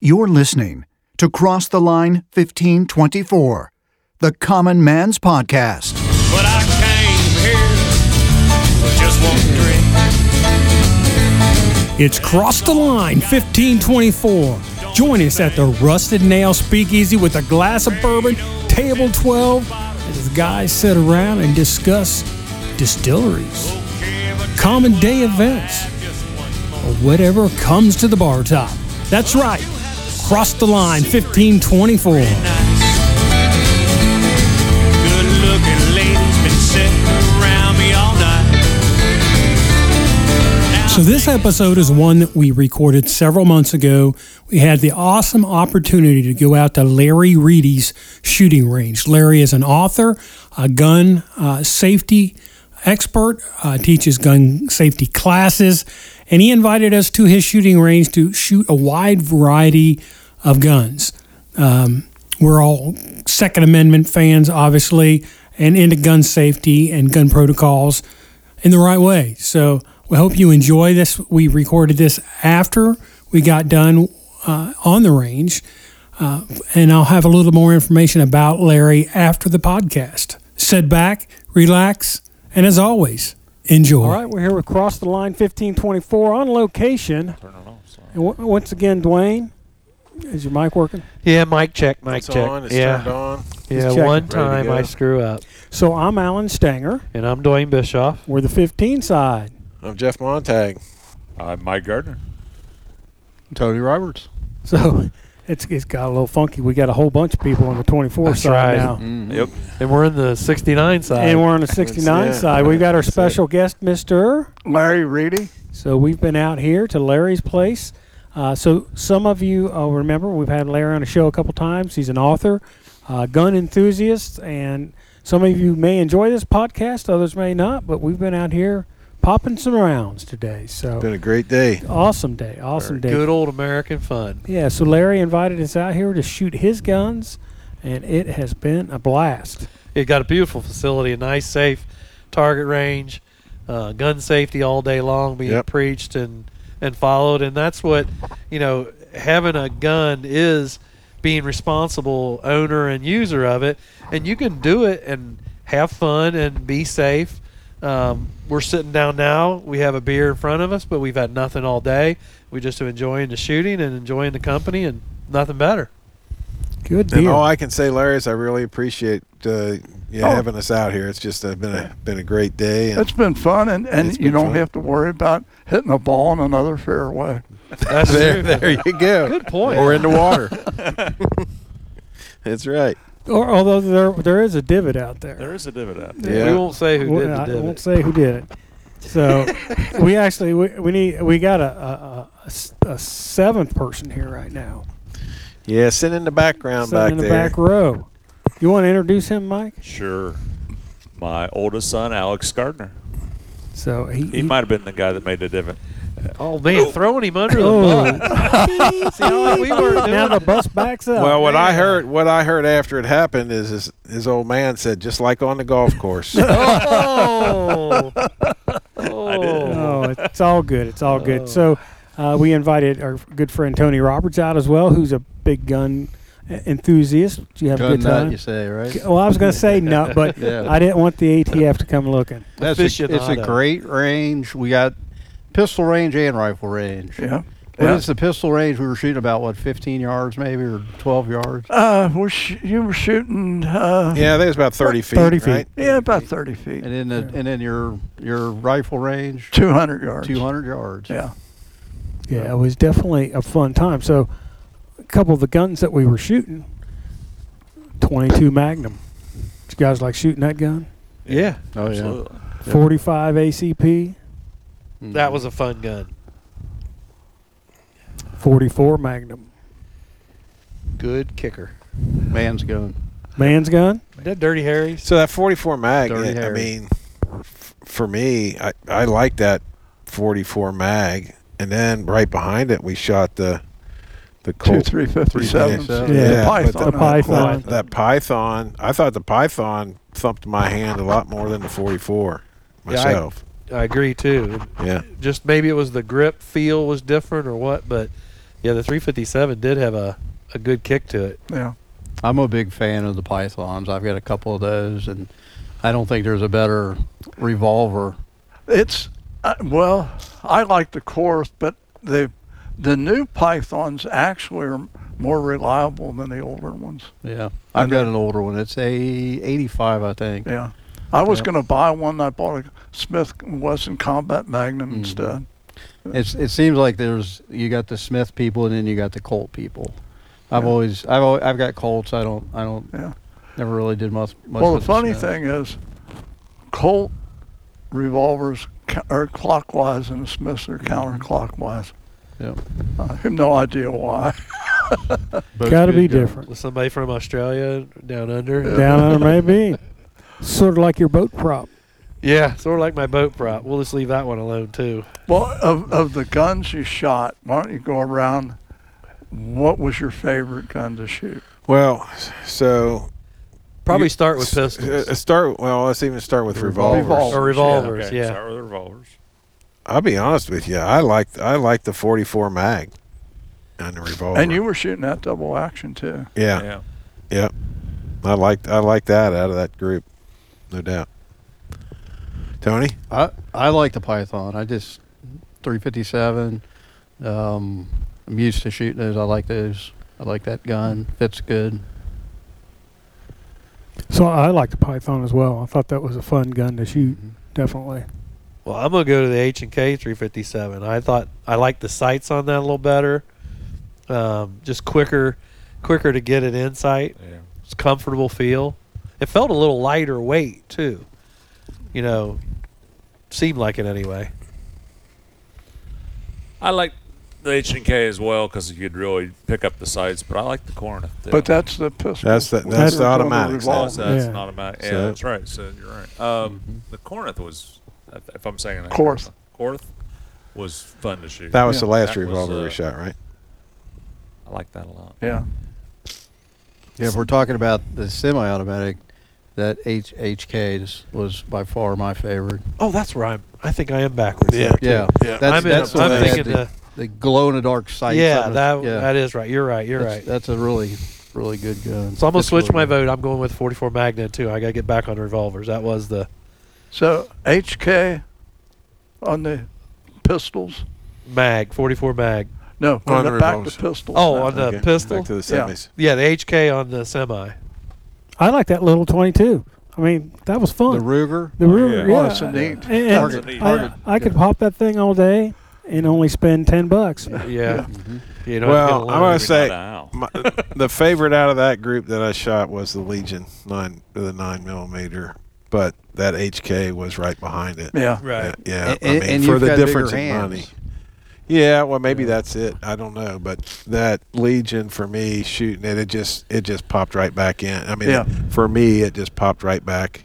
You're listening to Cross the Line 1524, the Common Man's Podcast. But I came here for just one drink. It's Cross the Line 1524. Join us at the Rusted Nail Speakeasy with a glass of bourbon, table 12, as the guys sit around and discuss distilleries, common day events, or whatever comes to the bar top. That's right. Cross the Line 1524. Good looking ladies been sitting around me all night. So, this episode is one that we recorded several months ago. We had the awesome opportunity to go out to Larry Reedy's shooting range. Larry is an author, a gun uh, safety expert, uh, teaches gun safety classes, and he invited us to his shooting range to shoot a wide variety of guns. Um, we're all Second Amendment fans, obviously, and into gun safety and gun protocols in the right way. So we hope you enjoy this. We recorded this after we got done uh, on the range, uh, and I'll have a little more information about Larry after the podcast. Sit back, relax, and as always, enjoy. All right, we're here with Cross the Line 1524 on location. And w- once again, Dwayne, is your mic working? Yeah, mic check, mic It's check. on. It's yeah, turned on. He's yeah. checking. One Ready to time I go. screw up, So I'm Alan Stanger. and I'm Dwayne Bischoff. We're the 15 side. I'm Jeff Montag. I'm Mike Gardner. Tony Roberts. So it's, it's got a little funky. We got a whole bunch of people on the 24 That's side right. now. Yep. And we're in the '69 side. And we're on the 69 Mm-hmm. it. side. We've got our That's it. special guest, Mr. Larry Reedy. So we've been out here to Larry's place. Uh, so some of you uh, remember we've had Larry on the show a couple times. He's an author, uh, gun enthusiast, and some of you may enjoy this podcast, others may not. But we've been out here popping some rounds today. So Been a great day. awesome day, awesome day. Good old American fun. Yeah. So Larry invited us out here to shoot his guns, and it has been a blast. It got a beautiful facility, a nice, safe target range, uh, gun safety all day long being Yep. preached and and followed. And that's what you know. Having a gun is being responsible owner and user of it, and you can do it and have fun and be safe. Um, we're sitting down now. We have a beer in front of us, but we've had nothing all day. We just are enjoying the shooting and enjoying the company, and nothing better. Good And all deal. I can say, Larry, is I really appreciate uh, you Oh. having us out here. It's just uh, been a been a great day. And It's been fun, and, and It's you been don't fun. have to worry about hitting a ball on another fairway. That's there, true. there you go. Good point. Or in the water. That's right. Or, although there there is a divot out there. There is a dividend. We Yeah. won't say who Well, did the I divot. won't say who did it. So we actually we, we need we got a, a, a- a s- a seventh person here right now, Yeah, sit in the background sitting back in the there. back row. You want to introduce him, Mike? Sure. My oldest son, Alex Gardner. So he, He might have been the guy that made the divot. Oh man, throwing him under Oh. the bus. See, all we were doing- now the bus backs up. well, what I heard, what I heard after it happened is his, his old man said, just like on the golf course. Oh. oh. oh, it's all good. It's all good. So uh, we invited our good friend Tony Roberts out as well, who's a big gun uh, enthusiast. Did you have a good time? say, right? Well, I was going to say no, but Yeah. I didn't want the ATF to come looking. That's a, it's a Aficionado. great range. We got pistol range and rifle range. Yeah. What Yeah. is the pistol range? We were shooting about what, 15 yards maybe, or 12 yards. Uh, we're sh- you were shooting. Uh, yeah, I think it was about 30 feet. 30 feet. right? yeah, about thirty And feet, then the, and then your your rifle range, two hundred yards. 200 yards. Yeah. Yeah, it was definitely a fun time. So, a couple of the guns that we were shooting, 22 Magnum. Did you guys like shooting that gun? Yeah. Oh yeah. Absolutely. 45 ACP, That was a fun gun. 44 Magnum. good kicker. Man's going. Man's gun? That Dirty Harry's. So that 44 mag, Dirty it- I Harry. mean, f- for me, I, I like that 44 mag. And then right behind it, we shot the the Two Colt. three fifty sevens. Yeah. The Yeah, but Python. the Python. That, that Python, I thought the Python thumped my hand a lot more than the 44 Yeah, I- myself. I agree too. Yeah. Just maybe it was the grip feel was different or what, but Yeah, the 357 did have a, a good kick to it. Yeah. I'm a big fan of the pythons. I've got a couple of those, and I don't think there's a better revolver. It's uh, well, I like the Course, but the the new pythons actually are more reliable than the older ones. Yeah, I've got an older one. It's a 85, I think. Yeah. I was Yep. going to buy one. I bought a Smith and Wesson Combat Magnum Mhm. instead. It's it seems like there's you got the Smith people and then you got the Colt people. I've Yeah. always I've always, I've got Colts. I don't I don't Yeah. never really did much. much well, the with funny Smith. thing is, Colt revolvers ca- are clockwise and the Smiths are counterclockwise. Yeah. I have no idea why. Both Got to good be guns. different. Was somebody from Australia down under? Down under maybe. Sort of like your boat prop. Yeah, sort of like my boat prop. We'll just leave that one alone too. Well, of, of the guns you shot, why don't you go around? What was your favorite gun to shoot? Well, so Probably You- start with s- pistols uh, start well. Let's even start with revolvers. Revolvers. or revolvers. okay, Yeah, Start with revolvers. I'll be honest with you. I liked I liked the 44 mag and the revolver. And you were shooting that double action too. yeah, Yeah. I liked I liked that out of that group, no doubt. Tony, I I like the Python. I just 357. Um, I'm used to shooting those. I like those. I like that gun. Fits good. So I like the Python as well. I thought that was a fun gun to shoot. Definitely. Well, I'm gonna go to the H and K 357. I thought I liked the sights on that a little better. Um, just quicker, quicker to get it in sight. Yeah. It's comfortable feel. It felt a little lighter weight too. You know, seemed like it anyway. I like the H and K as well because you could really pick up the sights. But I like the Cornet. too. But that's the pistol. That's the- We that's were the doing automatics. So revolver. that's, that's Yeah. not about. Yeah, So- Mm-hmm. that's right. So you're right. Um, The Corinth was, if- if I'm saying that. Corinth. Corinth was fun to shoot. that was the last That was, revolver uh, we shot, right? I like that a lot. Yeah. Yeah, if we're talking about the semi-automatic, that H- HK is- was by far my favorite. Oh, that's where I'm. I think I am backwards. there, too. Yeah, Yeah. That's, I'm in- that's the I'm one that had thinking the, the glow in the dark sights. yeah, on it. that yeah. that is right. You're right. You're that's, right. That's a really, really good gun. so I'm gonna It's switch really my good. vote. I'm going with 44 Magnum too. I gotta get back on revolvers. That was the So HK on the pistols. mag 44 mag. No, On on the the back to revolvers. pistols. Oh, now. on the Okay, pistol. Back to the Yeah. semis. Yeah, the HK on the semi. I like that little 22. I mean, that was fun. The Ruger. The Ruger, Oh, yeah. it's a neat. And- and Target, I, target, I could yeah. pop that thing all day and only spend 10 bucks. Yeah. Mm-hmm. You know, Well, well, I wanna I'm s- Say- Not now. My, the favorite out of that group that I shot was the Legion nine, the nine millimeter, but that HK was right behind it. Yeah. right. Yeah, A- and- Uh, I mean, and for you've the got bigger difference in hands. money. Yeah, well, maybe that's it. I don't know, but that Legion for me shooting it, it just it just popped right back in. I mean, Yeah. for me, it just popped right back.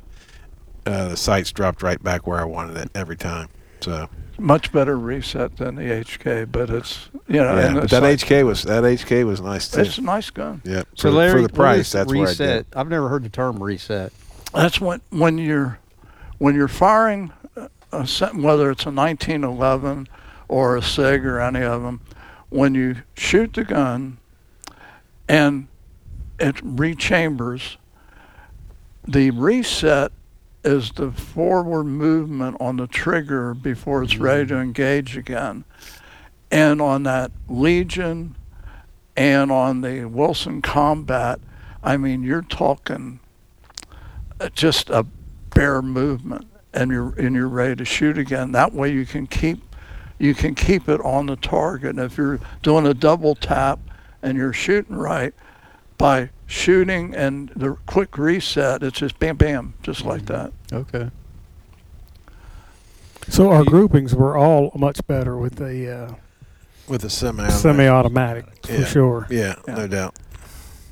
Uh, the sights dropped right back where I wanted it every time. So Much better reset than the HK, but it's you know. yeah, Uh, and but it's that like- HK was that HK was nice too. It's a nice gun. Yeah, So for, Larry, for what the price, is that's reset. where I did. I've never heard the term reset. That's when when you're when you're firing, a- a, sen- whether it's a 1911 or a Sig or any of them, when you shoot the gun, and it rechambers, the reset is the forward movement on the trigger before it's ready to engage again, and on that Legion, and on the Wilson Combat. I mean, you're talking uh, just a bare movement and you're and you're ready to shoot again that way you can keep you can keep it on the target if you're doing a double tap and you're shooting right by shooting and the quick reset it's just bam bam just like that Okay. So our groupings were all much better with the with the uh, semi. semi automatic for Yeah. sure. Yeah, Yeah. no doubt.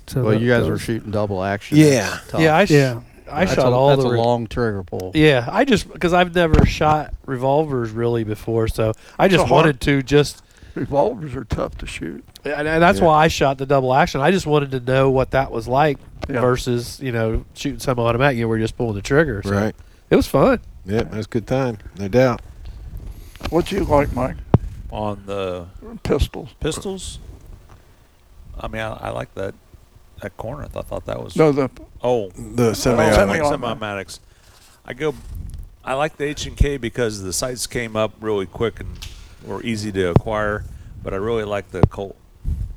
So Well, that- you guys that were was- shooting double action. Yeah. That's tough. Yeah, I, sh- Yeah. I That's shot a, all that's the a re- long trigger pull. Yeah, I just because I've never shot revolvers really before, so I just hard- wanted to just revolvers are tough to shoot and, and that's Yeah. why I shot the double action. I just wanted to know what that was like Yeah. versus you know shooting some automatic. You were just pulling the trigger, so Right. It was fun. Yeah, that was a good time, no doubt. what do you like mike On the pistols pistols, I mean, I, I like that that corner. I thought that was No, the oh The semi-automatic. semi. semi-automatics. I go. I like the H and K because the sights came up really quick and were easy to acquire. But I really like the Colt,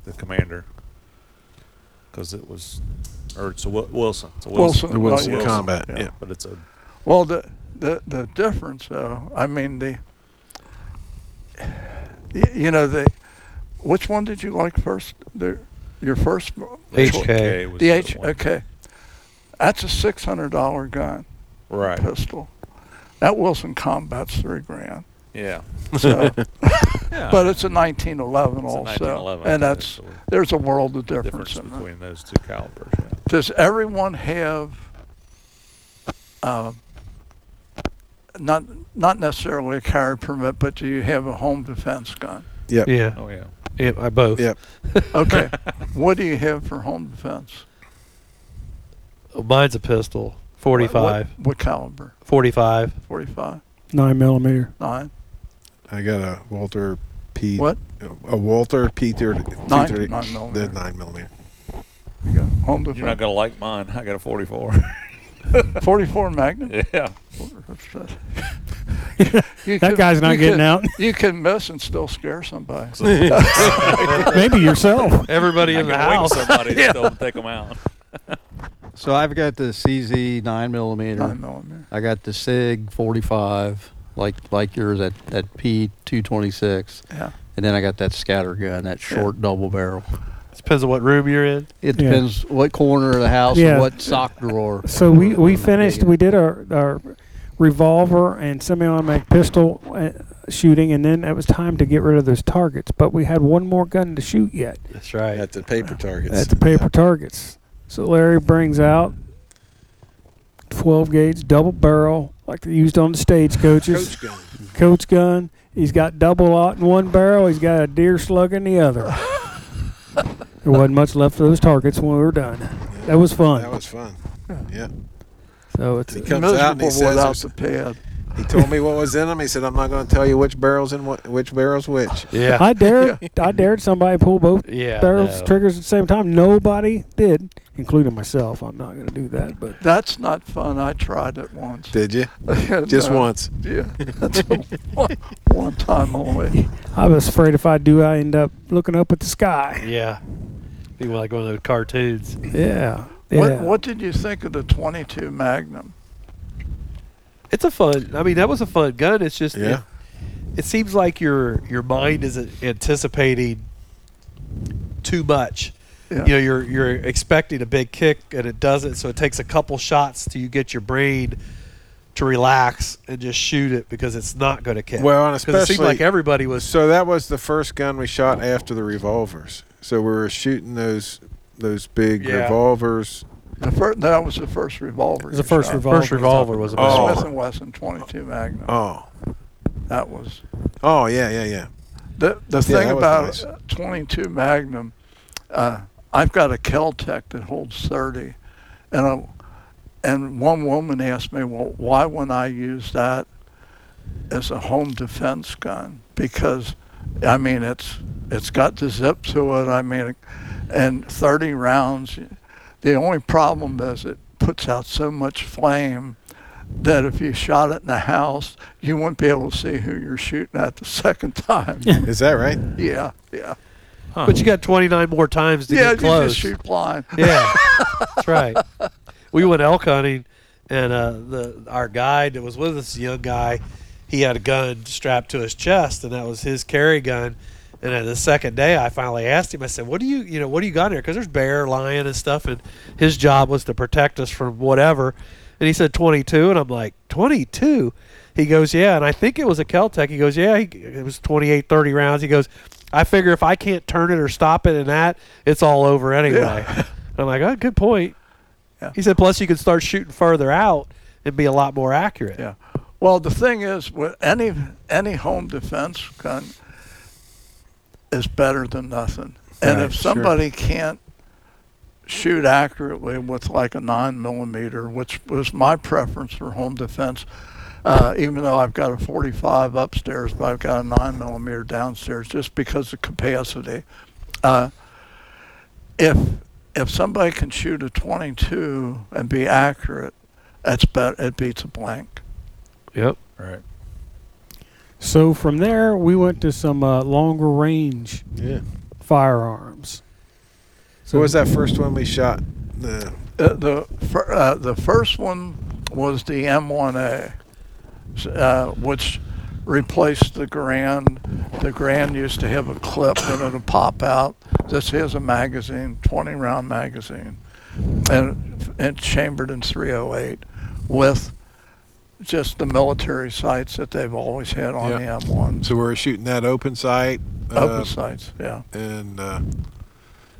the Commander, because it was, or it's a Wil- Wilson. It's a Wilson. Wilson, The Wilson Wilson, Combat. yeah. Yeah. But it's a Well, the the the difference, though. I mean the. y- You know the, which one did you like first? The, your first HK. was The H. one. Okay, that's a six hundred dollar gun Right. pistol. That Wilson Combat's three grand. Yeah. So, yeah. but it's a nineteen eleven It's a also, 1911, and but that's it's a there's a world of difference, difference in that. between those two calibers. Yeah. Does everyone have, uh, not not necessarily a carry permit, but do you have a home defense gun? Yep. Yeah. Oh yeah. Yeah, I both. Yep. Okay, what do you have for home defense? Oh, Mine's a pistol. 45. What, what caliber? 45. 45, Nine millimeter. 9? I got a Walter P. What? A Walter P. Thirty. Nine- P30 nine millimeter. The nine millimeter. You got home You're not defense. gonna like mine. I got a 44. 44 Magnum? yeah. You That can- guy's not you getting can- out. You can miss and still scare somebody. Maybe yourself. Everybody I in the can wing house. somebody and still take them out. So I've got the CZ nine millimeter. 9 millimeter. I got the Sig 45, like like yours, that that P 226, Yeah. and then I got that scatter gun, that short double barrel. Depends on what room you're in. It Yeah. depends what corner of the house, Yeah. and what sock drawer. So we, we finished. digging. We did our, our revolver and semi-automatic pistol uh, shooting, and then it was time to get rid of those targets. But we had one more gun to shoot yet. That's right. At the paper targets. That's the paper targets. So Larry brings out 12 gauge double barrel, like they used on the stagecoaches. Coach gun. Coach gun. He's got double aught in one barrel. He's got a deer slug in the other. there wasn't much left of those targets when we were done. That was fun. That was fun. Yeah. so it's He comes out and he Miserable says, without there's- the pad. he told me what was in them. He said, I'm not going to tell you which barrel's in what, which barrel's which. Yeah. I dared I dared somebody pull both Yeah. barrels no. triggers at the same time. Nobody did, including myself. I'm not gonna do that, but That's not fun. I tried it once. Did you? Just No. once. Uh, Yeah, that's a one, one time only. I was afraid if I do I end up looking up at the sky. Yeah. Be like one of those cartoons. Yeah. What, yeah. what did you think of the 22 Magnum? It's a fun. I mean, that was a fun gun. It's just Yeah. it, it seems like your your mind isn't anticipating too much. Yeah. You know, you're you're expecting a big kick and it doesn't, so it takes a couple shots till you get your brain to relax and just shoot it because it's not going to kick. Well, and 'Cause it seemed especially- like everybody was. So that was the first gun we shot after the revolvers. So we were shooting those those big Yeah. revolvers. The first, that was the first revolver. It was the first revolver. First revolver was a Oh. pistol. Smith and Wesson 22 Magnum. Oh, That was oh yeah, yeah, yeah. the the Yeah, thing that was about nice. uh, 22 Magnum. Uh, I've got a Kel-Tec that holds 30, and I, and one woman asked me, well, why wouldn't I use that as a home defense gun? Because, I mean, it's it's got the zip to it. I mean, and 30 rounds. The only problem is it puts out so much flame that if you shot it in the house, you wouldn't be able to see who you're shooting at the second time. Is that right? yeah, yeah. But you got 29 more times to Yeah, get you close. just shoot blind. Yeah, that's right. We went elk hunting, and uh, the our guide that was with us, a young guy, he had a gun strapped to his chest, and that was his carry gun. And then the second day, I finally asked him. I said, "What do you, you know, what do you got in here? Because there's bear, lion, and stuff, and his job was to protect us from whatever." And he said 22, and I'm like 22. He goes, "Yeah," and I think it was a Kel-Tec. He goes, "Yeah," he, it was 28, 30 rounds. He goes, "I figure if I can't turn it or stop it in that, it's all over anyway." And I'm like, oh, good point. Yeah. He said, plus you could start shooting further out and be a lot more accurate. Yeah. Well, the thing is, with any any home defense gun is better than nothing. And Right, if sure. somebody can't shoot accurately with like a nine millimeter, which was my preference for home defense, uh, even though I've got a 45 upstairs, but I've got a nine millimeter downstairs just because of capacity. Uh, if if somebody can shoot a 22 and be accurate, that's bet it beats a blank. Yep. Right. So from there, we went to some uh, longer range Yeah. firearms. So what was that first one we shot? The Uh, the fir- uh, the first one was the M1A, s- uh, which replaced the Grand. The Grand used to have a clip and it'll pop out. This is a magazine, 20 round magazine, and it's chambered in 308 with just the military sights that they've always had on Yeah. the M1s. so we were shooting that open sight. Open uh, sights, yeah. and uh,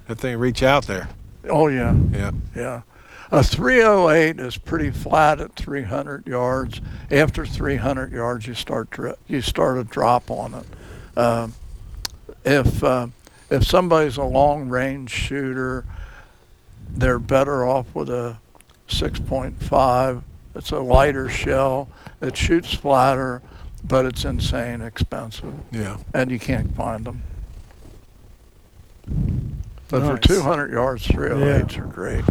that thing reach out there. Oh, yeah. Yeah. Yeah. A 308 is pretty flat at 300 yards. After 300 yards, you start dri- you start a drop on it. Um, if uh, if somebody's a long range shooter, they're better off with a 6.5. It's a lighter shell. It shoots flatter, but it's insane expensive, Yeah. and you can't find them. But Nice. for 200 yards, 308s are great.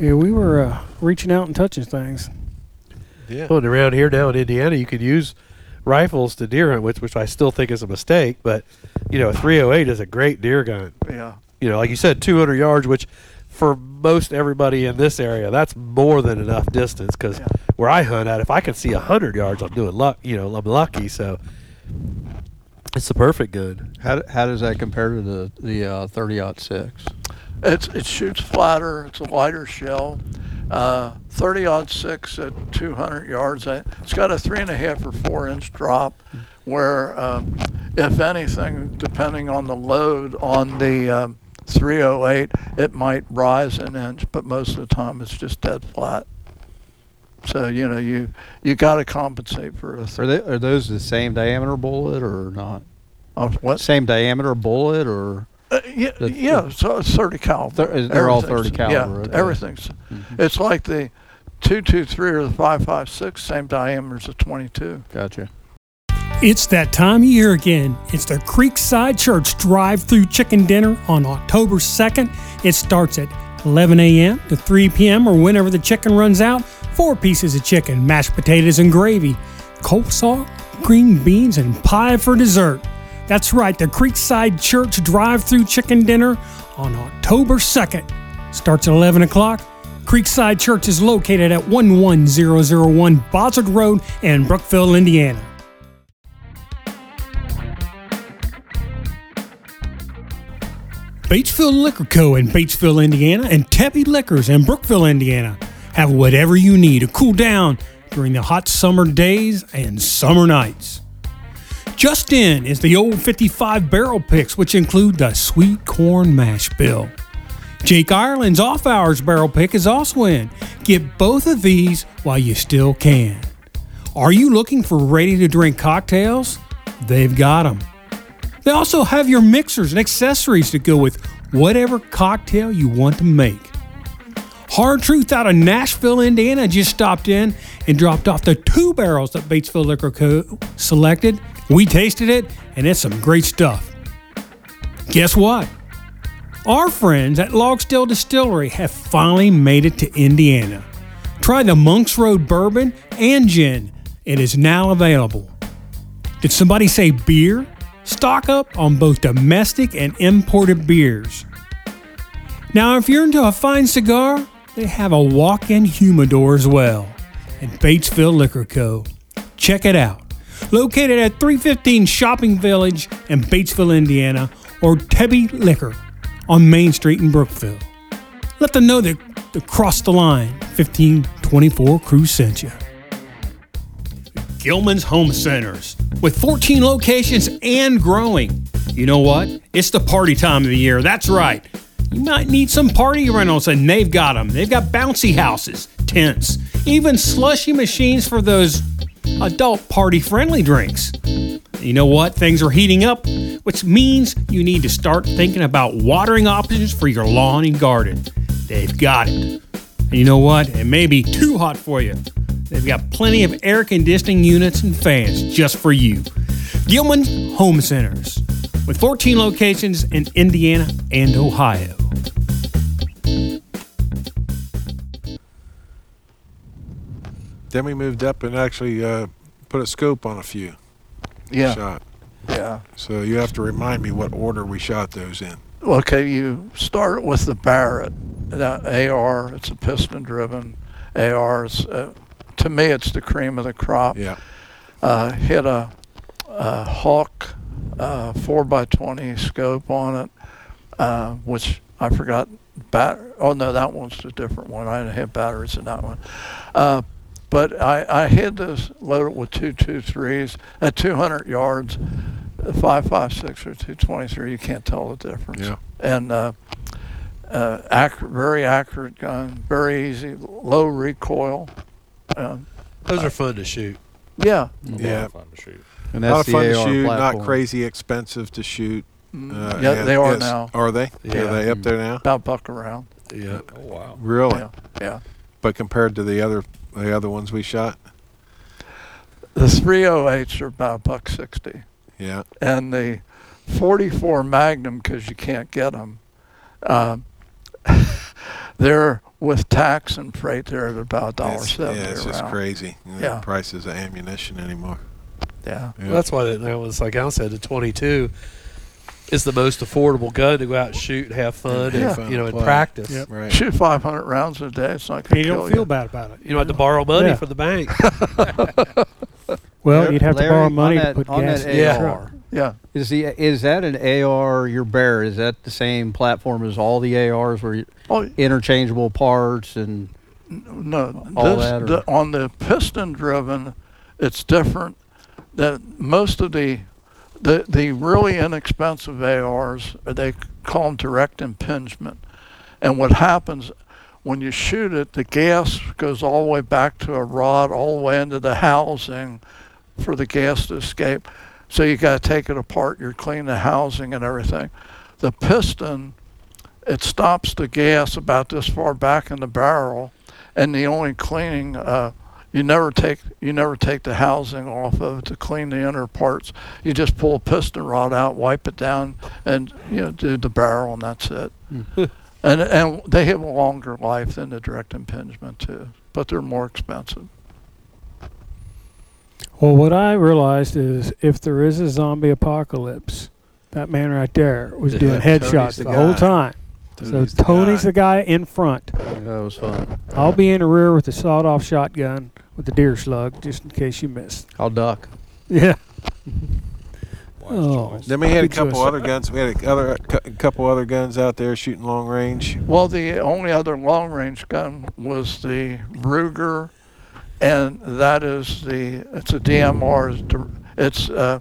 Yeah, we were uh, reaching out and touching things. Yeah. Well, and around here now in Indiana, you could use rifles to deer hunt, which which I still think is a mistake. But you know, a 308 is a great deer gun. Yeah. You know, like you said, 200 yards, which for most everybody in this area, that's more than enough distance. Because Yeah. where I hunt at, if I can see 100 yards, I'm doing luck. You know, I'm lucky. So it's the perfect gun. How, d- how does that compare to the the uh, thirty six? It's, it shoots flatter. It's a lighter shell. Uh, 30 odd six at 200 yards. I- It's got a three and a half or four inch drop, where um, if anything, depending on the load on the um, 308, it might rise an inch, but most of the time it's just dead flat. So you know you you got to compensate for a Are th- they are those the same diameter bullet or not? of what? Same diameter bullet or Uh, yeah, The- yeah, so it's 30 caliber. Thir- they're all 30 Everything's- caliber, Yeah, okay. Mm-hmm. everything's. It's like the 223 or the 556, same diameter as a 22. gotcha? It's that time of year again. It's the Creekside Church drive through chicken dinner on October 2nd. It starts at 11 a.m. to 3 p.m. or whenever the chicken runs out. Four pieces of chicken, mashed potatoes and gravy, coleslaw, green beans, and pie for dessert. That's right, the Creekside Church drive through chicken dinner on October 2nd. Starts at 11 o'clock. Creekside Church is located at 11001 Bozzard Road in Brookville, Indiana. Batesville Liquor Co. in Batesville, Indiana, and Teppy Liquors in Brookville, Indiana have whatever you need to cool down during the hot summer days and summer nights. Just in is the old 55 barrel picks, which include the sweet corn mash bill. Jake Ireland's off hours barrel pick is also in. Get both of these while you still can. Are you looking for ready to drink cocktails? They've got them. They also have your mixers and accessories to go with whatever cocktail you want to make. Hard Truth out of Nashville, Indiana just stopped in and dropped off the two barrels that Batesville Liquor Co. selected. We tasted it, and it's some great stuff. Guess what? Our friends at Logsdale Distillery have finally made it to Indiana. Try the Monk's Road bourbon and gin. It is now available. Did somebody say beer? Stock up on both domestic and imported beers. Now, if you're into a fine cigar, they have a walk in humidor as well at Batesville Liquor Co. Check it out. Located at 315 Shopping Village in Batesville, Indiana, or Tebby Liquor on Main Street in Brookville. Let them know that the Cross the Line 1524 crew sent you. Gilman's Home Centers with 14 locations and growing. You know what? It's the party time of the year. That's right. You might need some party rentals, and they've got them. They've got bouncy houses, tents, even slushy machines for those adult party friendly drinks. You know what? Things are heating up, which means you need to start thinking about watering options for your lawn and garden. They've got it. And you know what? It may be too hot for you. They've got plenty of air conditioning units and fans just for you. Gilman Home Centers, with 14 locations in Indiana and Ohio. Then we moved up and actually uh, put a scope on a few Yeah, shot. yeah. So you have to remind me what order we shot those in. Okay, you start with the Barrett. That AR, it's a piston-driven AR. It's, uh, to me, it's the cream of the crop. Yeah. uh, hit a, a Hawk uh, 4x20 scope on it, uh, which I forgot. Bat- oh, no, that one's a different one. I didn't have batteries in that one. Uh, but I, I had this loaded with two two threes at 200 yards, 556 or 223. You can't tell the difference. Yeah. And uh, uh, accurate, very accurate gun, very easy, low recoil. Uh, Those are fun to shoot. yeah. Yeah. Fun to shoot. And A lot of fun to AR shoot, not platform. crazy expensive to shoot. Uh, yeah, and they are it's- now. Are they? Yeah. Are they up there now? About buck around. Yeah. Oh wow. Really? Yeah, yeah. But compared to the other the other ones we shot, The 308s are about a buck sixty, yeah, and the 44 Magnum, because you can't get them, they're with tax and freight. They're at about dollar it's, seventy yeah, it's just around. crazy. you know, the Yeah. prices of ammunition anymore. Yeah, Yeah. That's why that, that was like I said, the 22 is the most affordable gun to go out and shoot, and have fun, Yeah. and, you know, and Play. practice. Yep. right. shoot 500 rounds a day. It's not And gonna you kill don't feel bad about it. You don't have to borrow money Yeah. from the bank. Well, Larry- you'd have to Larry, borrow on money that- to put on gas that in the Yeah. truck. AR. Yeah, Is the is that an AR your bear? Is that the same platform as all the ARs where you, oh interchangeable parts and no, All this, that or- the, on the piston-driven, it's different. That most of the the the really inexpensive ARs they call them direct impingement, and what happens when you shoot it, the gas goes all the way back to a rod, all the way into the housing, for the gas to escape. So you got to take it apart. You're cleaning the housing and everything. The piston, it stops the gas about this far back in the barrel, and the only cleaning uh, you never take you never take the housing off of it to clean the inner parts. You just pull a piston rod out, wipe it down, and you know do the barrel, and that's it. and and they have a longer life than the direct impingement too, but they're more expensive. Well, what I realized is if there is a zombie apocalypse, that man right there was doing Tony's headshots the the, whole guy. time. Tony's so the Tony's guy. the guy in front. that was fun. I'll be in the rear with the sawed-off shotgun with the deer slug, just in case you missed. I'll duck. Yeah. Wise Oh. choice. Then we had a Good choice. couple other guns. We had a other a couple other guns out there shooting long range. Well, the only other long range gun was the Ruger, and that is the it's a DMR. It's dir- It's uh,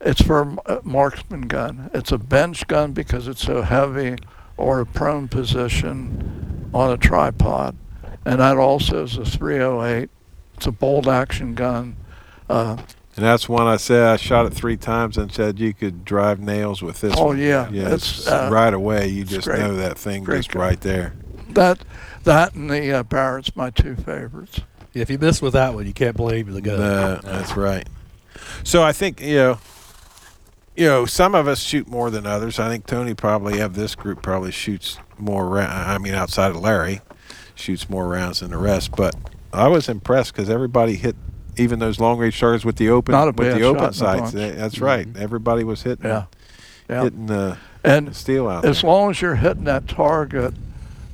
it's for a m- a marksman gun. It's a bench gun because it's so heavy, or a prone position on a tripod, and that also is a 308. It's a bolt action gun. Uh, And that's one I said I shot it three times and said you could drive nails with this. Oh, one. yeah. yeah, It's, it's, uh, right away. You it's just great. know that thing Great just gun. right there. that that and the uh, Barrett's my two favorites. if you miss with that one, you can't blame the gun. Uh, that's right. So I think you know, you know, some of us shoot more than others. I think Tony probably of this group probably shoots more. Ra- I mean, outside of Larry, shoots more rounds than the rest. But I was impressed because everybody hit even those long range targets with the open Not a with bad the shot in open the sights. bunch. Mm-hmm. That's right. Everybody was hitting Yeah, yeah. hitting the and steel out. As there. long as you're hitting that target,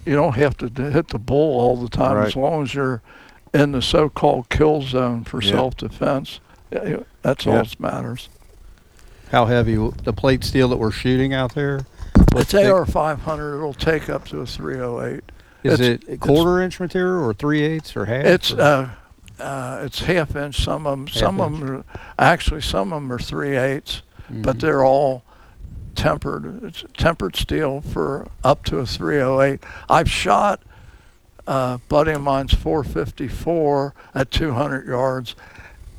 you don't have to d- hit the bull all the time. Right. As long as you're in the so-called kill zone for Yeah. self-defense, yeah, yeah, that's Yeah. all that matters. How heavy w- the plate steel that we're shooting out there? It's thick- AR-500. It'll take up to a 308. Is It's- it quarter inch material or three eighths or half? It's or- uh, uh, it's half inch. Some of them, some of inch. 'em are actually some of them are three eighths, but Mhm. they're all tempered. It's tempered steel for up to a 308. I've shot uh, buddy of mine's 454 at 200 yards.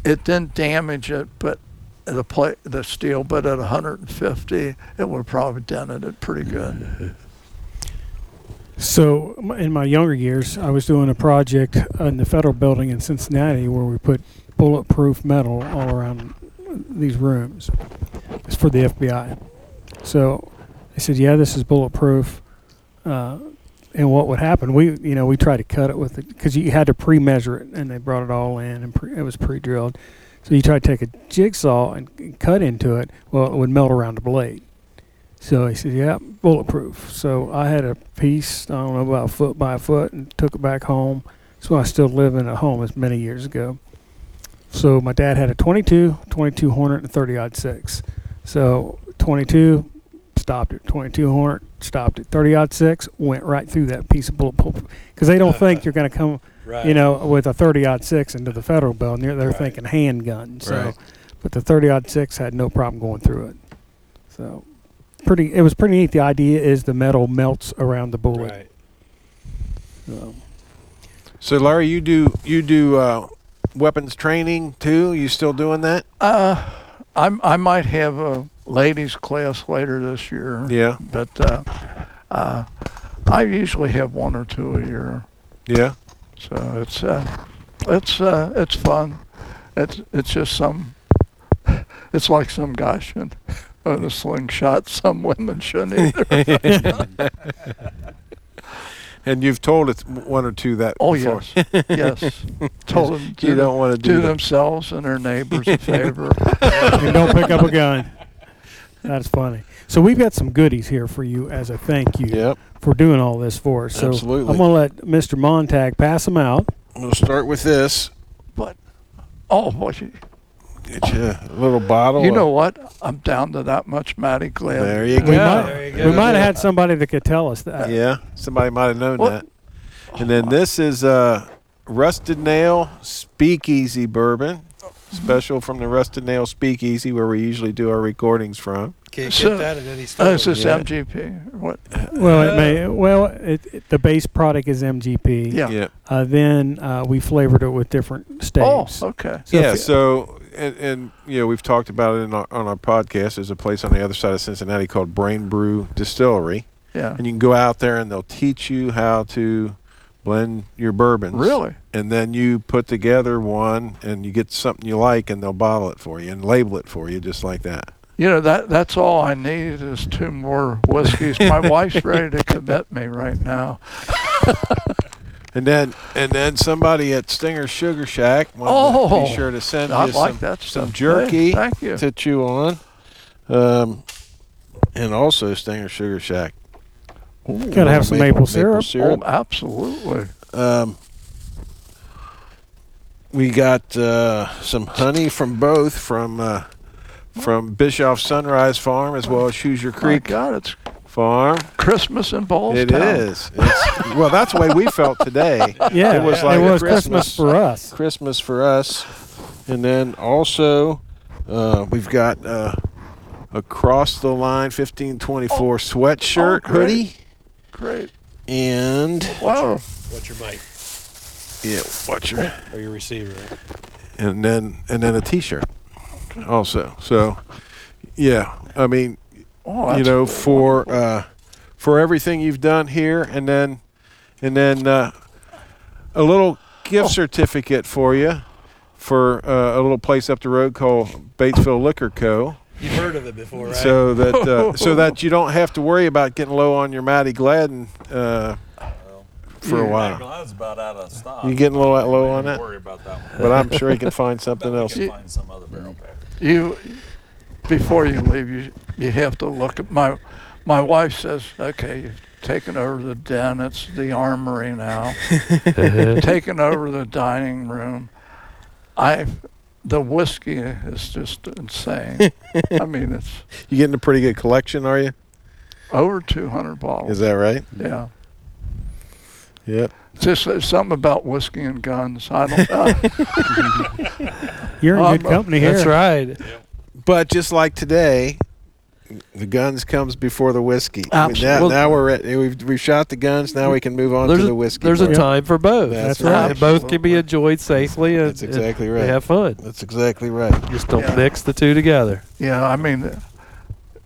It didn't damage it, but the plate, the steel, but at 150, it would probably dented it pretty good. So m- in my younger years, I was doing a project in the federal building in Cincinnati where we put bulletproof metal all around these rooms. It's for the FBI. So they said, "Yeah, this is bulletproof. Uh, and what would happen? We you know we tried to cut it with it because you had to pre-measure it, and they brought it all in, and pre, it was pre-drilled. So you try to take a jigsaw and c- cut into it. Well, it would melt around the blade. So he said, "Yeah, bulletproof." So I had a piece, I don't know about a foot by a foot, and took it back home. So I still live in a home. It's many years ago. So my dad had a 22, 22 Hornet, and 30 odd six. So 22 stopped it. 22 Hornet stopped it. 30 odd six went right through that piece of bulletproof because they don't think you're going to come, Right. you know, with a 30 odd six into the federal belt. And they're, they're Right. thinking handgun. So, Right. but the 30 odd six had no problem going through it. So pretty, it was pretty neat. The idea is the metal melts around the bullet. Right. So. So Larry, you do you do uh, weapons training too? You still doing that? Uh, I'm, I might have a ladies' class later this year. Yeah, But uh, uh, I usually have one or two a year. yeah. So it's uh, it's uh, it's fun. It's it's just some. It's like some guy should own a slingshot. Some women shouldn't either. And you've told it one or two that. Oh before. yes, yes. Told them You don't want to do, do that. themselves and their neighbors a favor. and don't pick up a gun. That's funny. So we've got some goodies here for you as a thank you Yep. for doing all this for us. So Absolutely. I'm gonna let Mr. Montag pass them out. We'll start with this. But oh, well, you, Get you a little bottle. you of- know what? I'm down to that much, Matty Glad. Oh, There you We go. might, Ah, There you we go. might have had somebody that could tell us that. Yeah, somebody might have known What? that. And then this is uh, Rusted Nail Speakeasy Bourbon, special from the Rusted Nail Speakeasy, where we usually do our recordings from. Can't So- get that at any store. Oh, is this Yeah. MGP? or What? Well, it may. Well, it, it- the base product is MGP. Yeah. Yeah. Uh, then uh, we flavored it with different Oh, staves. okay. So yeah. if- So, and, and you know, we've talked about it in our, on our podcast. There's a place on the other side of Cincinnati called Brain Brew Distillery, Yeah. and you can go out there and they'll teach you how to blend your bourbons. Really? And then you put together one, and you get something you like, and they'll bottle it for you and label it for you, just like that. You know that that's all I need is two more whiskeys. My wife's ready to commit me right now. And then and then somebody at Stinger Sugar Shack wanted Oh, to be sure to send I you like some, that some stuff. jerky Hey, thank you. to chew on. Um, and also Stinger Sugar Shack. Gotta have some maple syrup. Oh, absolutely. Um, we got uh, some honey from both from uh, from Bischoff Sunrise Farm as well as Hoosier My Creek God, it's Farm. Christmas in Ballstown. It is. It's, well, that's the way we felt today. yeah, It was like was Christmas Christmas. for us. Christmas for us. And then also, uh, we've got uh, across the line 1524 sweatshirt oh, great. hoodie Great. and Wow. What's your mic yeah, watcher. or your receiver? right? And then and then a t-shirt also. So yeah, I mean, Oh, that's you know, for uh, for everything you've done here, and then and then uh, a Oh. little gift certificate for you for uh, a little place up the road called Batesville Liquor Co. You've heard of it before, right? So that uh, so that you don't have to worry about getting low on your Matty Gladden uh, for a while. Glad's about out of stock. You getting a little out low on Don't that, Worry about that one. but I'm sure you can find Bet something we else. can find some other barrel pack. you before you leave you you have to look at my my wife says okay you've taken over the den it's the armory now taken over the dining room i the whiskey is just insane i mean it's You getting a pretty good collection, are you? over 200 Is bottles that right? yeah Yep. It's just there's something about whiskey and guns i don't know You're in Um, good company here. That's right. But just like today, the guns comes before the whiskey. I mean, now, Absolutely. now we're at we've we've shot the guns. Now we can move on There's to a, the whiskey. there's a part. time for both. That's right. And both can be Absolutely. enjoyed safely and, That's exactly and right. have fun. That's exactly right. Just don't Yeah. mix the two together. yeah i mean uh,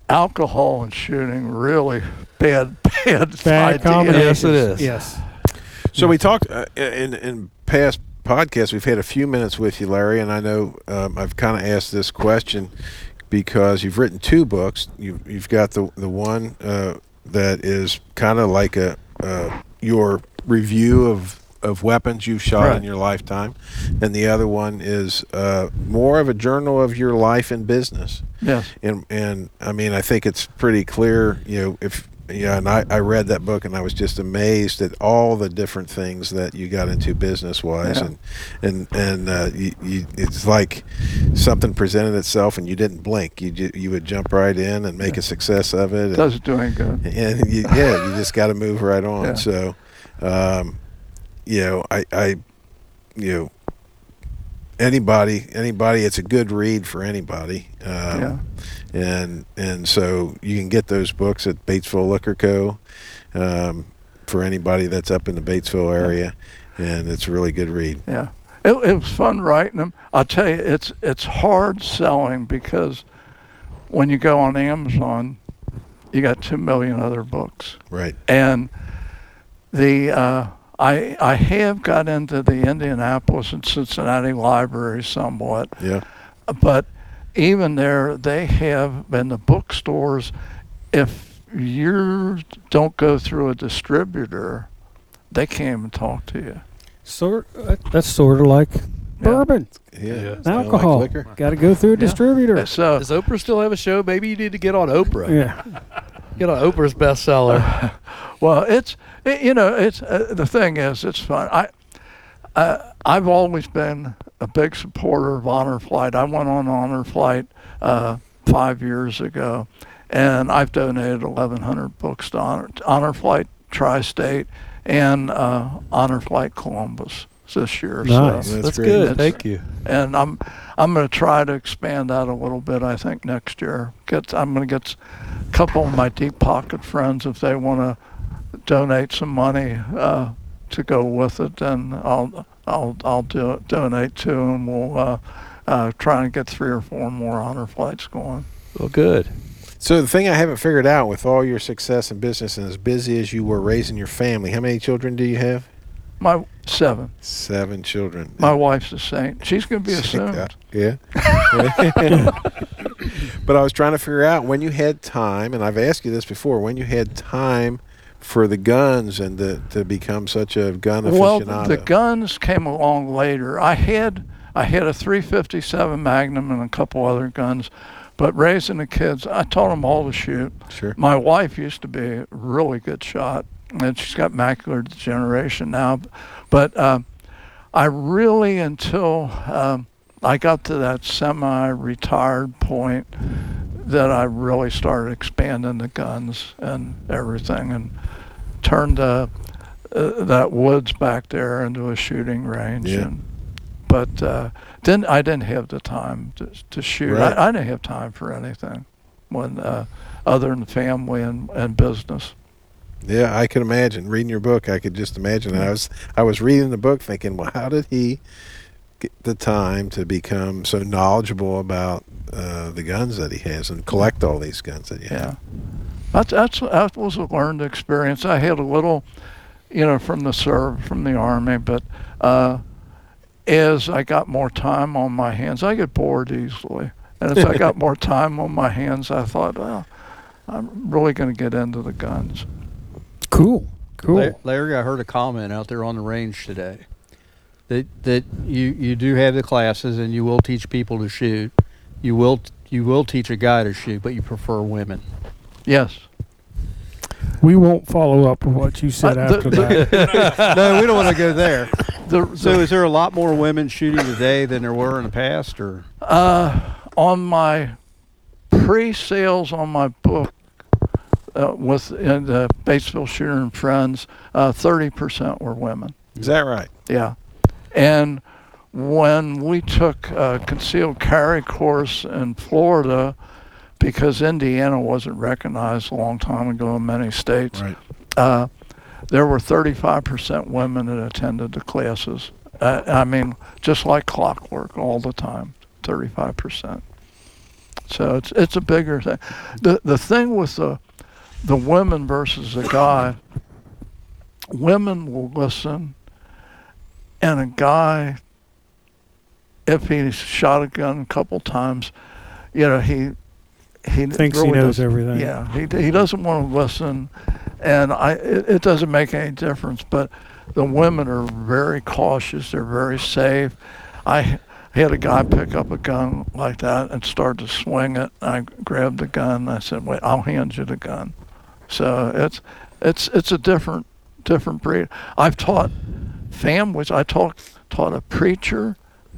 alcohol and shooting really bad bad, Bad idea. combination. Yes, it is. Yes. So we talked uh, in in past podcasts. We've had a few minutes with you, Larry, and I know um, I've kind of asked this question because you've written two books. You've you've got the the one uh, that is kind of like a uh, your review of of weapons you've shot Right. in your lifetime, and the other one is uh, more of a journal of your life and business. Yes. And and I mean, I think it's pretty clear. You know, if yeah, and I, I read that book and I was just amazed at all the different things that you got into business wise, Yeah. and and and uh, you, you, it's like something presented itself and you didn't blink. You ju- you would jump right in and make a success of it. and- Doesn't do any good. and you, yeah, you just got to move right on. Yeah. So, um, you know, I, I, you know, anybody, anybody, it's a good read for anybody. Um, Yeah. And and so you can get those books at Batesville Liquor Co. Um, for anybody that's up in the Batesville area, and it's a really good read. Yeah. It, it was fun writing them. I'll tell you, it's it's hard selling because when you go on Amazon, you got two million other books. Right. and the uh, I I have got into the Indianapolis and Cincinnati library somewhat, Yeah. but even there they have in the bookstores. If you don't go through a distributor, they can't even talk to you. Sort uh, that's sort of like bourbon, Yeah. It's kinda like alcohol. liquor. Got to go through a distributor. So Does Oprah still have a show? Maybe you need to get on Oprah. Yeah, Get on Oprah's bestseller. well, it's it, you know it's uh, the thing is it's fun. I. Uh, I've always been a big supporter of Honor Flight. I went on Honor Flight uh, five years ago, and I've donated 1,100 books to Honor, to Honor Flight Tri-State and uh, Honor Flight Columbus this year. Nice. So, That's, That's great. good. That's- Thank you. and I'm I'm going to try to expand that a little bit. I think next year, get I'm going to get a couple of my deep pocket friends if they want to donate some money uh, to go with it. Then I'll I'll I'll do it, donate to, and we'll uh, uh, try and get three or four more honor flights going. Well, good. So the thing I haven't figured out with all your success in business and as busy as you were raising your family, how many children do you have? My seven. Seven children. My wife's a saint. She's going to be a Something like saint. that. Yeah. but I was trying to figure out when you had time, and I've asked you this before, when you had time for the guns and to, to become such a gun Well, aficionado. the guns came along later. I had I had a 357 Magnum and a couple other guns, but raising the kids, I taught them all to shoot. Sure. My wife used to be a really good shot, and she's got macular degeneration now. But uh, I really, until um, I got to that semi-retired point, that I really started expanding the guns and everything, and turned the uh, that woods back there into a shooting range. Yeah. And, but uh, then I didn't have the time to, to shoot. Right. I, I didn't have time for anything when uh, other than family and, and business. Yeah, I could imagine reading your book. I could just imagine. I was I was reading the book, thinking, well, how did he get the time to become so knowledgeable about uh, the guns that he has and collect all these guns that he has? Yeah. That's, that's that was a learned experience. I had a little, you know, from the serve from the army, but uh, as I got more time on my hands, I get bored easily, and as I got more time on my hands, I thought, well, I'm really going to get into the guns. cool, cool. La- Larry, I heard a comment out there on the range today that that you you do have the classes and you will teach people to shoot. You will you will teach a guy to shoot, but you prefer women. Yes. We won't follow up with what you said Uh, the- after the- that. no, we don't want to go there. The, So, the- is there a lot more women shooting today than there were in the past, or Uh, on my pre-sales on my book uh, with in the Batesville Shooter and Friends, uh, thirty percent were women. Is that right? Yeah, and when we took a concealed carry course in Florida, because Indiana wasn't recognized a long time ago in many states, uh, there were 35% women that attended the classes. Uh, I mean, just like clockwork, all the time, 35%. So it's it's a bigger thing. The the thing with the the women versus the guy, women will listen, and a guy, if he shot a gun a couple times, you know he he Thinks he really knows doesn't- everything. Yeah, he, d- he doesn't want to listen, and I it, it doesn't make any difference. But the women are very cautious. They're very safe. I had a guy pick up a gun like that and start to swing it. I grabbed the gun. I said, "Wait, I'll hand you the gun." So it's it's it's a different different breed. I've taught families. I taught taught a preacher,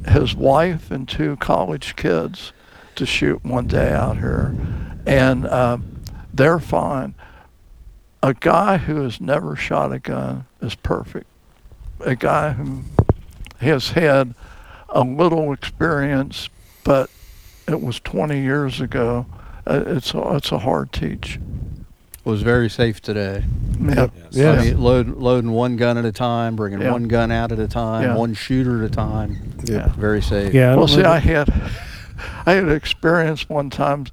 his wife, and two college kids to shoot one day out here, and um, they're fine. A guy who has never shot a gun is perfect. A guy who has had a little experience, but it was 20 years ago. Uh, it's a, it's a hard teach. was very safe today. Yeah. I mean, load, loading one gun at a time, bringing Yeah. one gun out at a time, Yeah. one shooter at a time. Yeah. Very safe. Yeah. I Well, don't see, know I that- had, I had an experience one time.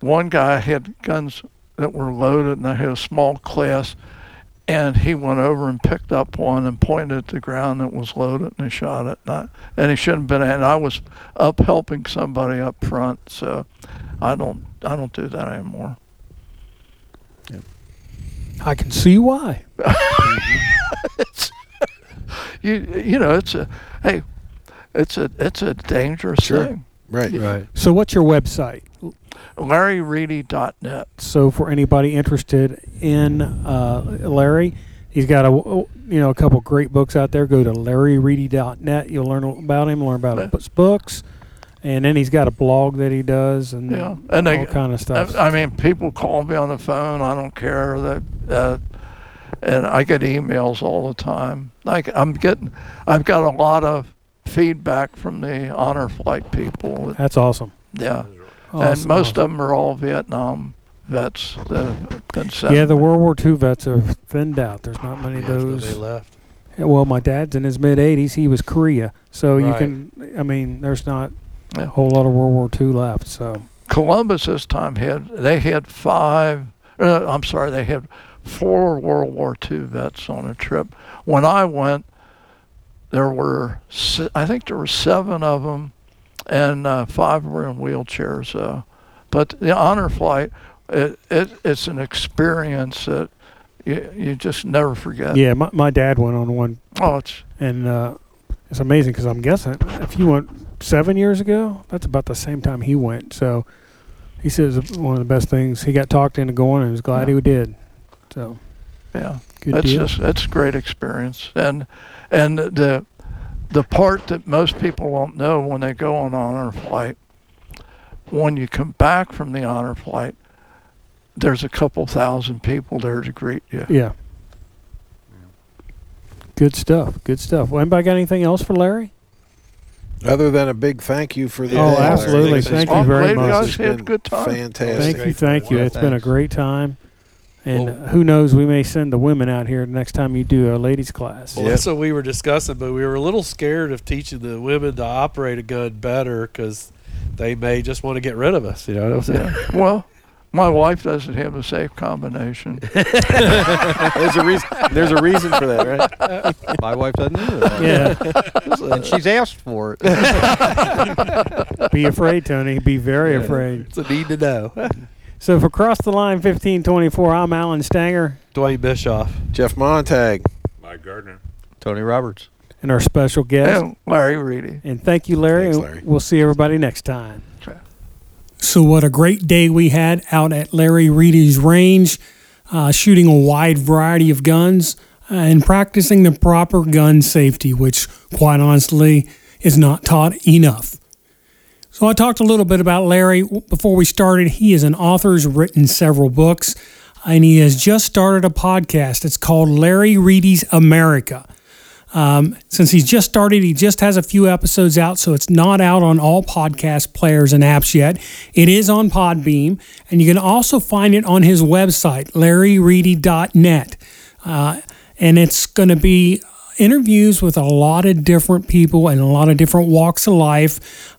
One guy had guns that were loaded, and I had a small class, and he went over and picked up one and pointed at the ground that was loaded, and he shot it. And, I, and he shouldn't have been. And I was up helping somebody up front, so I don't, I don't do that anymore. I can see why. You, you know, it's a, hey, it's a, it's a dangerous Sure. thing. Right. Right. So, what's your website? LarryReedy.net. So, for anybody interested in uh, Larry, he's got a you know a couple great books out there. Go to LarryReedy.net. You'll learn about him, learn about his books, and then he's got a blog that he does and Yeah, and they- all kind of stuff. I, I mean, people call me on the phone. I don't care that, uh, and I get emails all the time. Like I'm getting, I've got a lot of feedback from the honor flight people. That's awesome. Yeah, and Awesome, most awesome. of them are all Vietnam vets that have been sent. yeah, the World War II vets are thinned out. There's not many of Yeah, so they those. left. Yeah, Well, my dad's in his mid 80s. He was Korea. So you Right. can, I mean, there's not a Yeah. whole lot of World War II left. So Columbus this time had they had five. Uh, I'm sorry, they had four World War II vets on a trip. When I went, there were se- I think there were seven of them, and uh, five were in wheelchairs. So, but the honor flight, it, it it's an experience that you, you just never forget. yeah, my, my dad went on one, Oh, it's and uh, it's amazing because I'm guessing if you went seven years ago, that's about the same time he went. So he says it's one of the best things. He got talked into going and was glad he did. So yeah. good that's deal. just that's a great experience and and the the part that most people won't know when they go on honor flight when you come back from the honor flight there's a couple thousand people there to greet you yeah. Good stuff. Good stuff. Well, anybody got anything else for Larry? Other than a big thank you for the Oh, day, Larry. absolutely. This has Thank been- you very this much. has Guys, had a been good time. Fantastic. Thank you, thank you. Well, It's been a thanks. great time. And uh, Well- who knows, we may send the women out here the next time you do a ladies' class. Well, Yep. that's what we were discussing, but we were a little scared of teaching the women to operate a gun better because they may just want to get rid of us. You know what I'm saying? Yeah. well my wife doesn't have a safe combination There's a reason. There's a reason for that, right? My wife doesn't either. Yeah, And she's asked for it. be afraid, Tony. Be very afraid. It's a need to know. So for cross the line, fifteen twenty-four. I'm Alan Stanger, Dwayne Bischoff. Jeff Montag. Mike Gardner. Tony Roberts. and our special guest. and larry reedy And thank you, Larry. Thanks, and Larry. We'll see everybody next time. So, what a great day we had out at Larry Reedy's range, uh, shooting a wide variety of guns uh, and practicing the proper gun safety, which, quite honestly, is not taught enough. So, I talked a little bit about Larry w- before we started. He is an author, has written several books, and he has just started a podcast. It's called Larry Reedy's America Um, since he's just started, he just has a few episodes out, so it's not out on all podcast players and apps yet. It is on Podbeam, and you can also find it on his website, larryreedy.net. Uh, and it's going to be interviews with a lot of different people and a lot of different walks of life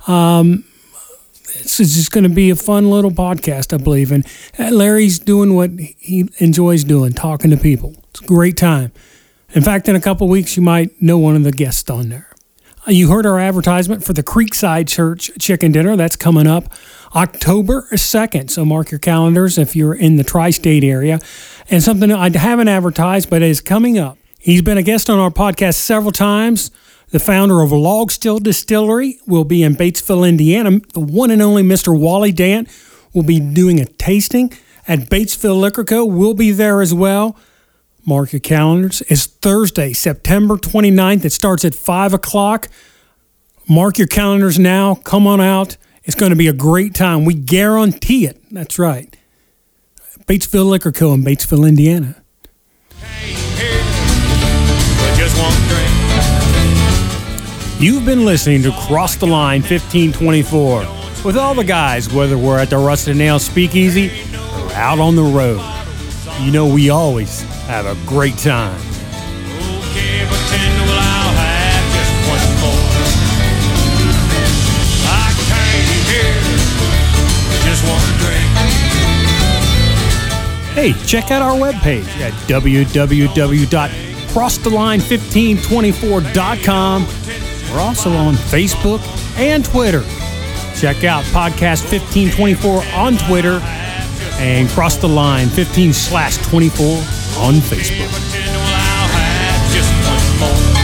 it's it's just going to be a fun little podcast, I believe. And uh, Larry's doing what he enjoys doing, talking to people. It's a great time. In fact, in a couple weeks, you might know one of the guests on there. Uh, You heard our advertisement for the Creekside Church Chicken Dinner. That's coming up October 2nd. So mark your calendars if you're in the tri state area. And something I haven't advertised, but is coming up. He's been a guest on our podcast several times. The founder of Log Still Distillery will be in Batesville, Indiana. The one and only Mr. Wally Dant will be doing a tasting at Batesville Liquor Co. We'll be there as well. Mark your calendars. It's Thursday, September 29th. It starts at 5 o'clock. Mark your calendars now. Come on out. It's going to be a great time. We guarantee it. That's right. Batesville Liquor Co. in Batesville, Indiana. Just one drink. You've been listening to Cross the Line 1524 with all the guys, whether we're at the Rusted Nail Speakeasy or out on the road. You know, we always have a great time. Okay, but ten, well, I'll have just one more. I came here with just one drink. Hey, check out our webpage at www.crosstheline1524.com. We're also on Facebook and Twitter. Check out Podcast 1524 on Twitter and Cross the Line 15 slash 24 on Okay, Facebook. but ten, well, I'll have just one more.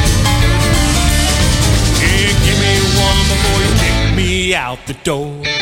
Yeah, give me one before you kick me out the door.